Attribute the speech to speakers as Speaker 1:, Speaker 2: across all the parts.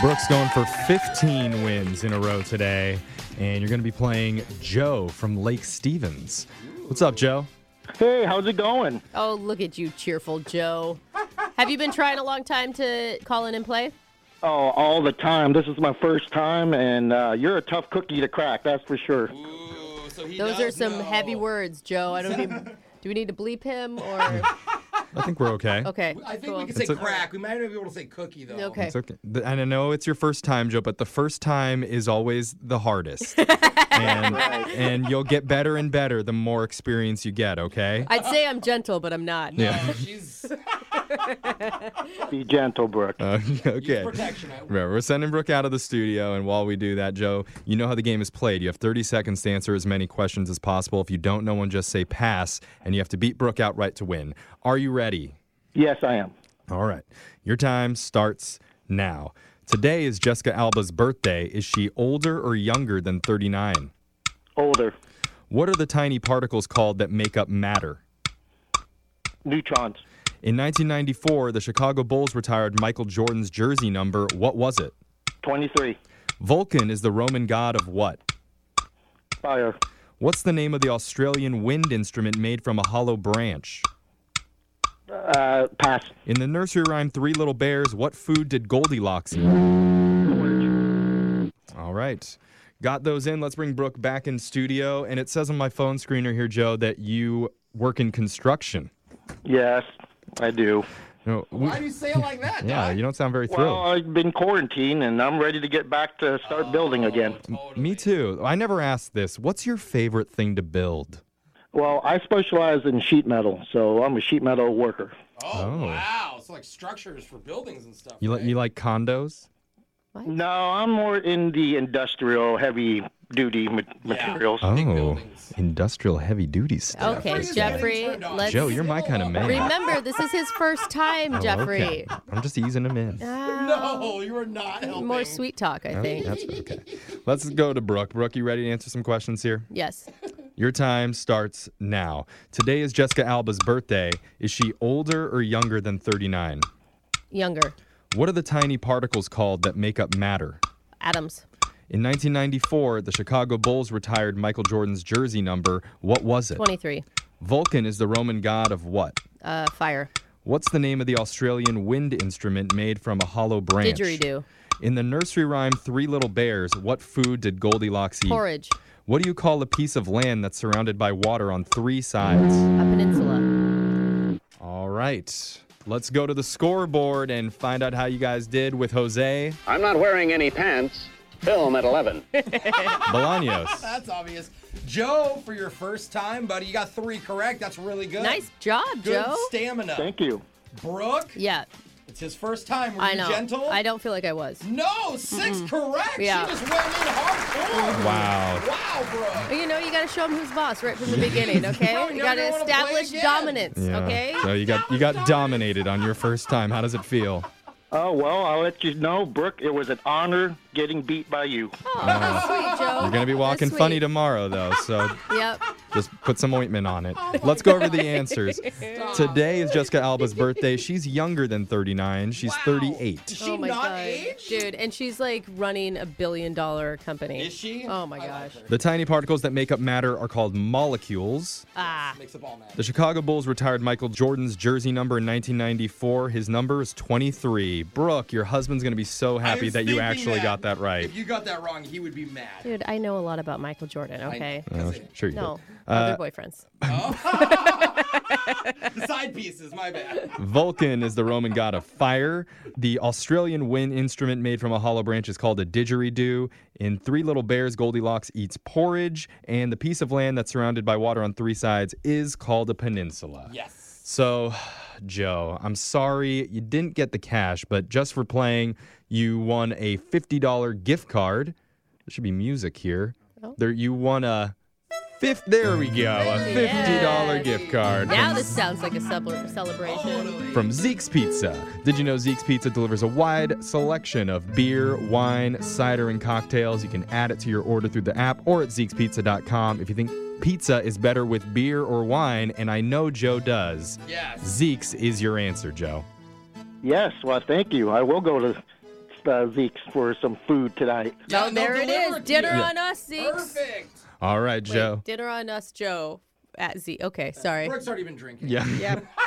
Speaker 1: Brooks going for 15 wins in a row today, and you're going to be playing Joe from Lake Stevens. What's up, Joe?
Speaker 2: Hey, how's it going?
Speaker 3: Oh, look at you, cheerful Joe. Have you been trying a long time to call in and play?
Speaker 2: Oh, all the time. This is my first time, and uh, you're a tough cookie to crack, that's for sure.
Speaker 4: Ooh, so he
Speaker 3: Those are
Speaker 4: does
Speaker 3: some
Speaker 4: know.
Speaker 3: heavy words, Joe. I don't even. Do we need to bleep him or?
Speaker 1: I think we're okay.
Speaker 3: Okay.
Speaker 4: I think
Speaker 3: cool.
Speaker 4: we can say
Speaker 1: It's a-
Speaker 4: crack. We might not be able to say cookie though. Uh,
Speaker 3: Okay.
Speaker 1: It's okay. Th- And I know it's your first time, Joe, but the first time is always the hardest. and, and you'll get better and better the more experience you get, okay?
Speaker 3: I'd say I'm gentle, but I'm not.
Speaker 1: yeah.
Speaker 4: She's
Speaker 2: Be gentle, Brooke.
Speaker 1: Uh,
Speaker 4: okay.
Speaker 1: okay.
Speaker 4: protection. I-
Speaker 1: Right, we're sending Brooke out of the studio, and while we do that, Joe, you know how the game is played. You have 30 seconds to answer as many questions as possible. If you don't know one, just say pass, and you have to beat Brooke outright to win. Are you ready?
Speaker 2: Yes, I am.
Speaker 1: All right, your time starts now. Today is Jessica Alba's birthday. Is she older or younger than 39?
Speaker 2: Older.
Speaker 1: What are the tiny particles called that make up matter?
Speaker 2: Neutrons.
Speaker 1: In 1994, the Chicago Bulls retired Michael Jordan's jersey number. What was it?
Speaker 2: 23.
Speaker 1: Vulcan is the Roman god of what?
Speaker 2: Fire.
Speaker 1: What's the name of the Australian wind instrument made from a hollow branch?
Speaker 2: Uh, pass.
Speaker 1: In the nursery rhyme Three Little Bears, what food did Goldilocks eat?
Speaker 2: Orange.
Speaker 1: All right. Got those in. Let's bring Brooke back in studio. And it says on my phone screener here, Joe, that you work in construction.
Speaker 2: Yes, I do.
Speaker 1: No, we-
Speaker 4: Why do you say it like that?
Speaker 1: yeah,
Speaker 4: Doc?
Speaker 1: you don't sound very thrilled.
Speaker 2: Well, I've been quarantined, and I'm ready to get back to start building again.
Speaker 4: Totally.
Speaker 1: Me too. I never asked this. What's your favorite thing to build?
Speaker 2: Well, I specialize in sheet metal, so I'm a sheet metal worker.
Speaker 4: Oh,
Speaker 1: Oh.
Speaker 4: wow! So like structures for buildings and stuff.
Speaker 1: You,
Speaker 4: right?
Speaker 1: like you like condos?
Speaker 2: No, I'm more in the industrial, heavy duty ma- materials.
Speaker 1: Oh,
Speaker 4: buildings.
Speaker 1: industrial heavy duty stuff.
Speaker 3: Okay,
Speaker 1: This guy.
Speaker 3: Jeffrey.
Speaker 4: getting turned on.
Speaker 3: Let's
Speaker 1: Joe, you're my kind of man.
Speaker 3: remember this is his first time,
Speaker 1: Oh,
Speaker 3: Jeffrey.
Speaker 1: okay. I'm just easing him in.
Speaker 4: No, you are not helping.
Speaker 3: More sweet talk, I think.
Speaker 1: That's okay. Let's go to Brooke. Brooke, you ready to answer some questions here?
Speaker 3: Yes.
Speaker 1: Your time starts now. Today is Jessica Alba's birthday. Is she older or younger than 39?
Speaker 3: Younger.
Speaker 1: What are the tiny particles called that make up matter?
Speaker 3: Adams.
Speaker 1: In 1994, the Chicago Bulls retired Michael Jordan's jersey number. What was it?
Speaker 3: 23.
Speaker 1: Vulcan is the Roman god of what?
Speaker 3: Uh, fire.
Speaker 1: What's the name of the Australian wind instrument made from a hollow branch?
Speaker 3: Didgeridoo.
Speaker 1: In the nursery rhyme Three Little Bears, what food did Goldilocks eat?
Speaker 3: Porridge.
Speaker 1: What do you call a piece of land that's surrounded by water on three sides?
Speaker 3: A peninsula.
Speaker 1: All right. Let's go to the scoreboard and find out how you guys did with Jose
Speaker 5: I'm not wearing any pants. Film at 11.
Speaker 1: Bolaños.
Speaker 4: That's obvious. Joe, for your first time, buddy, you got three correct. That's really good.
Speaker 3: Nice job,
Speaker 4: Good
Speaker 3: Joe.
Speaker 4: stamina.
Speaker 2: Thank you.
Speaker 4: Brooke,
Speaker 3: Yeah,
Speaker 4: it's his first time. Were
Speaker 3: I
Speaker 4: you
Speaker 3: know.
Speaker 4: gentle?
Speaker 3: I don't feel like I was.
Speaker 4: No, 6 correct.
Speaker 3: Yeah.
Speaker 4: She just went in hardcore.
Speaker 1: Wow.
Speaker 4: Wow, Brooke.
Speaker 3: You know, you got to show him who's boss right from the beginning, okay?
Speaker 4: No,
Speaker 3: you
Speaker 4: no,
Speaker 3: got to
Speaker 4: no, I wanna play
Speaker 3: establish
Speaker 4: again.
Speaker 3: dominance,
Speaker 1: Yeah.
Speaker 3: okay?
Speaker 1: So you got you got dominated on your first time. How does it feel?
Speaker 2: Oh, well, I'll let you know, Brooke, it was an honor getting beat by you.
Speaker 3: Oh, that's sweet, Joe.
Speaker 1: You're gonna be walking funny tomorrow though, so
Speaker 3: Yep.
Speaker 1: just put some ointment on it.
Speaker 4: Oh
Speaker 1: Let's go over the answers. Today is Jessica Alba's birthday. She's younger than 39. She's
Speaker 4: Wow. Does
Speaker 1: 38.
Speaker 4: she
Speaker 3: oh my
Speaker 4: not
Speaker 3: god,
Speaker 4: age?
Speaker 3: dude! And she's like running a billion dollar company.
Speaker 4: Is she?
Speaker 3: Oh my
Speaker 4: I like
Speaker 3: gosh.
Speaker 4: her.
Speaker 1: The tiny particles that make up matter are called molecules.
Speaker 3: ah,
Speaker 4: Makes the ball mad.
Speaker 1: The Chicago Bulls retired Michael Jordan's jersey number in 1994. His number is 23. Brooke, your husband's going to be so
Speaker 4: I
Speaker 1: happy
Speaker 4: was
Speaker 1: that you
Speaker 4: thinking
Speaker 1: actually got that right.
Speaker 4: If you got that wrong, he would be mad.
Speaker 3: dude, I know a lot about Michael Jordan. Okay.
Speaker 4: I, 'cause
Speaker 1: Oh,
Speaker 4: it-
Speaker 1: sure you
Speaker 3: No,
Speaker 1: did.
Speaker 3: other
Speaker 1: Uh,
Speaker 3: boyfriends.
Speaker 4: the side pieces, my bad.
Speaker 1: Vulcan is the Roman god of fire. The Australian wind instrument made from a hollow branch is called a didgeridoo. In Three Little Bears, Goldilocks eats porridge. And the piece of land that's surrounded by water on three sides is called a peninsula.
Speaker 4: Yes.
Speaker 1: So, Joe, I'm sorry you didn't get the cash, but just for playing, you won a $50 gift card. There should be music here.
Speaker 3: Oh.
Speaker 1: There, you won a fifth. There we go, a $50
Speaker 3: Yes.
Speaker 1: gift card
Speaker 3: Now
Speaker 1: from,
Speaker 3: this sounds like a celebra- celebration.
Speaker 4: Totally.
Speaker 1: from Zeke's Pizza. Did you know Zeke's Pizza delivers a wide selection of beer, wine, cider, and cocktails? You can add it to your order through the app or at Zeke'sPizza.com if you think pizza is better with beer or wine, and I know Joe does.
Speaker 4: Yes.
Speaker 1: Zeke's is your answer, Joe.
Speaker 2: Yes, well, thank you. I will go to uh, Zeke's for some food tonight.
Speaker 4: Yeah,
Speaker 3: oh,
Speaker 4: they'll
Speaker 3: there it
Speaker 4: deliver
Speaker 3: is.
Speaker 4: to
Speaker 3: Dinner
Speaker 4: you.
Speaker 3: on us, Zeke.
Speaker 4: Perfect.
Speaker 1: All right, Joe.
Speaker 3: Dinner on us, Joe. At Z. Okay, sorry.
Speaker 4: Brooke's already been drinking.
Speaker 1: Yeah.
Speaker 3: Yep.
Speaker 1: Well,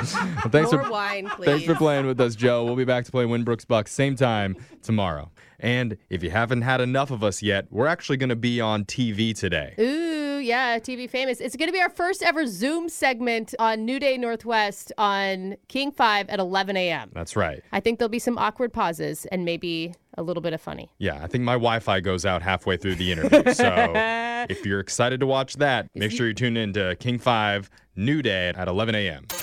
Speaker 1: thanks
Speaker 3: More
Speaker 1: for
Speaker 3: wine, please.
Speaker 1: thanks for playing with us, Joe. We'll be back to play Winbrooks Bucks same time tomorrow. And if you haven't had enough of us yet, we're actually going to be on TV today.
Speaker 3: Ooh, yeah, TV famous. It's going to be our first ever Zoom segment on New Day Northwest on King 5 at 11 a.m.
Speaker 1: That's right.
Speaker 3: I think there'll be some awkward pauses and maybe a little bit of funny.
Speaker 1: Yeah, I think my Wi-Fi goes out halfway through the interview. So if you're excited to watch that, make sure you tune in to King 5 New Day at 11 a.m.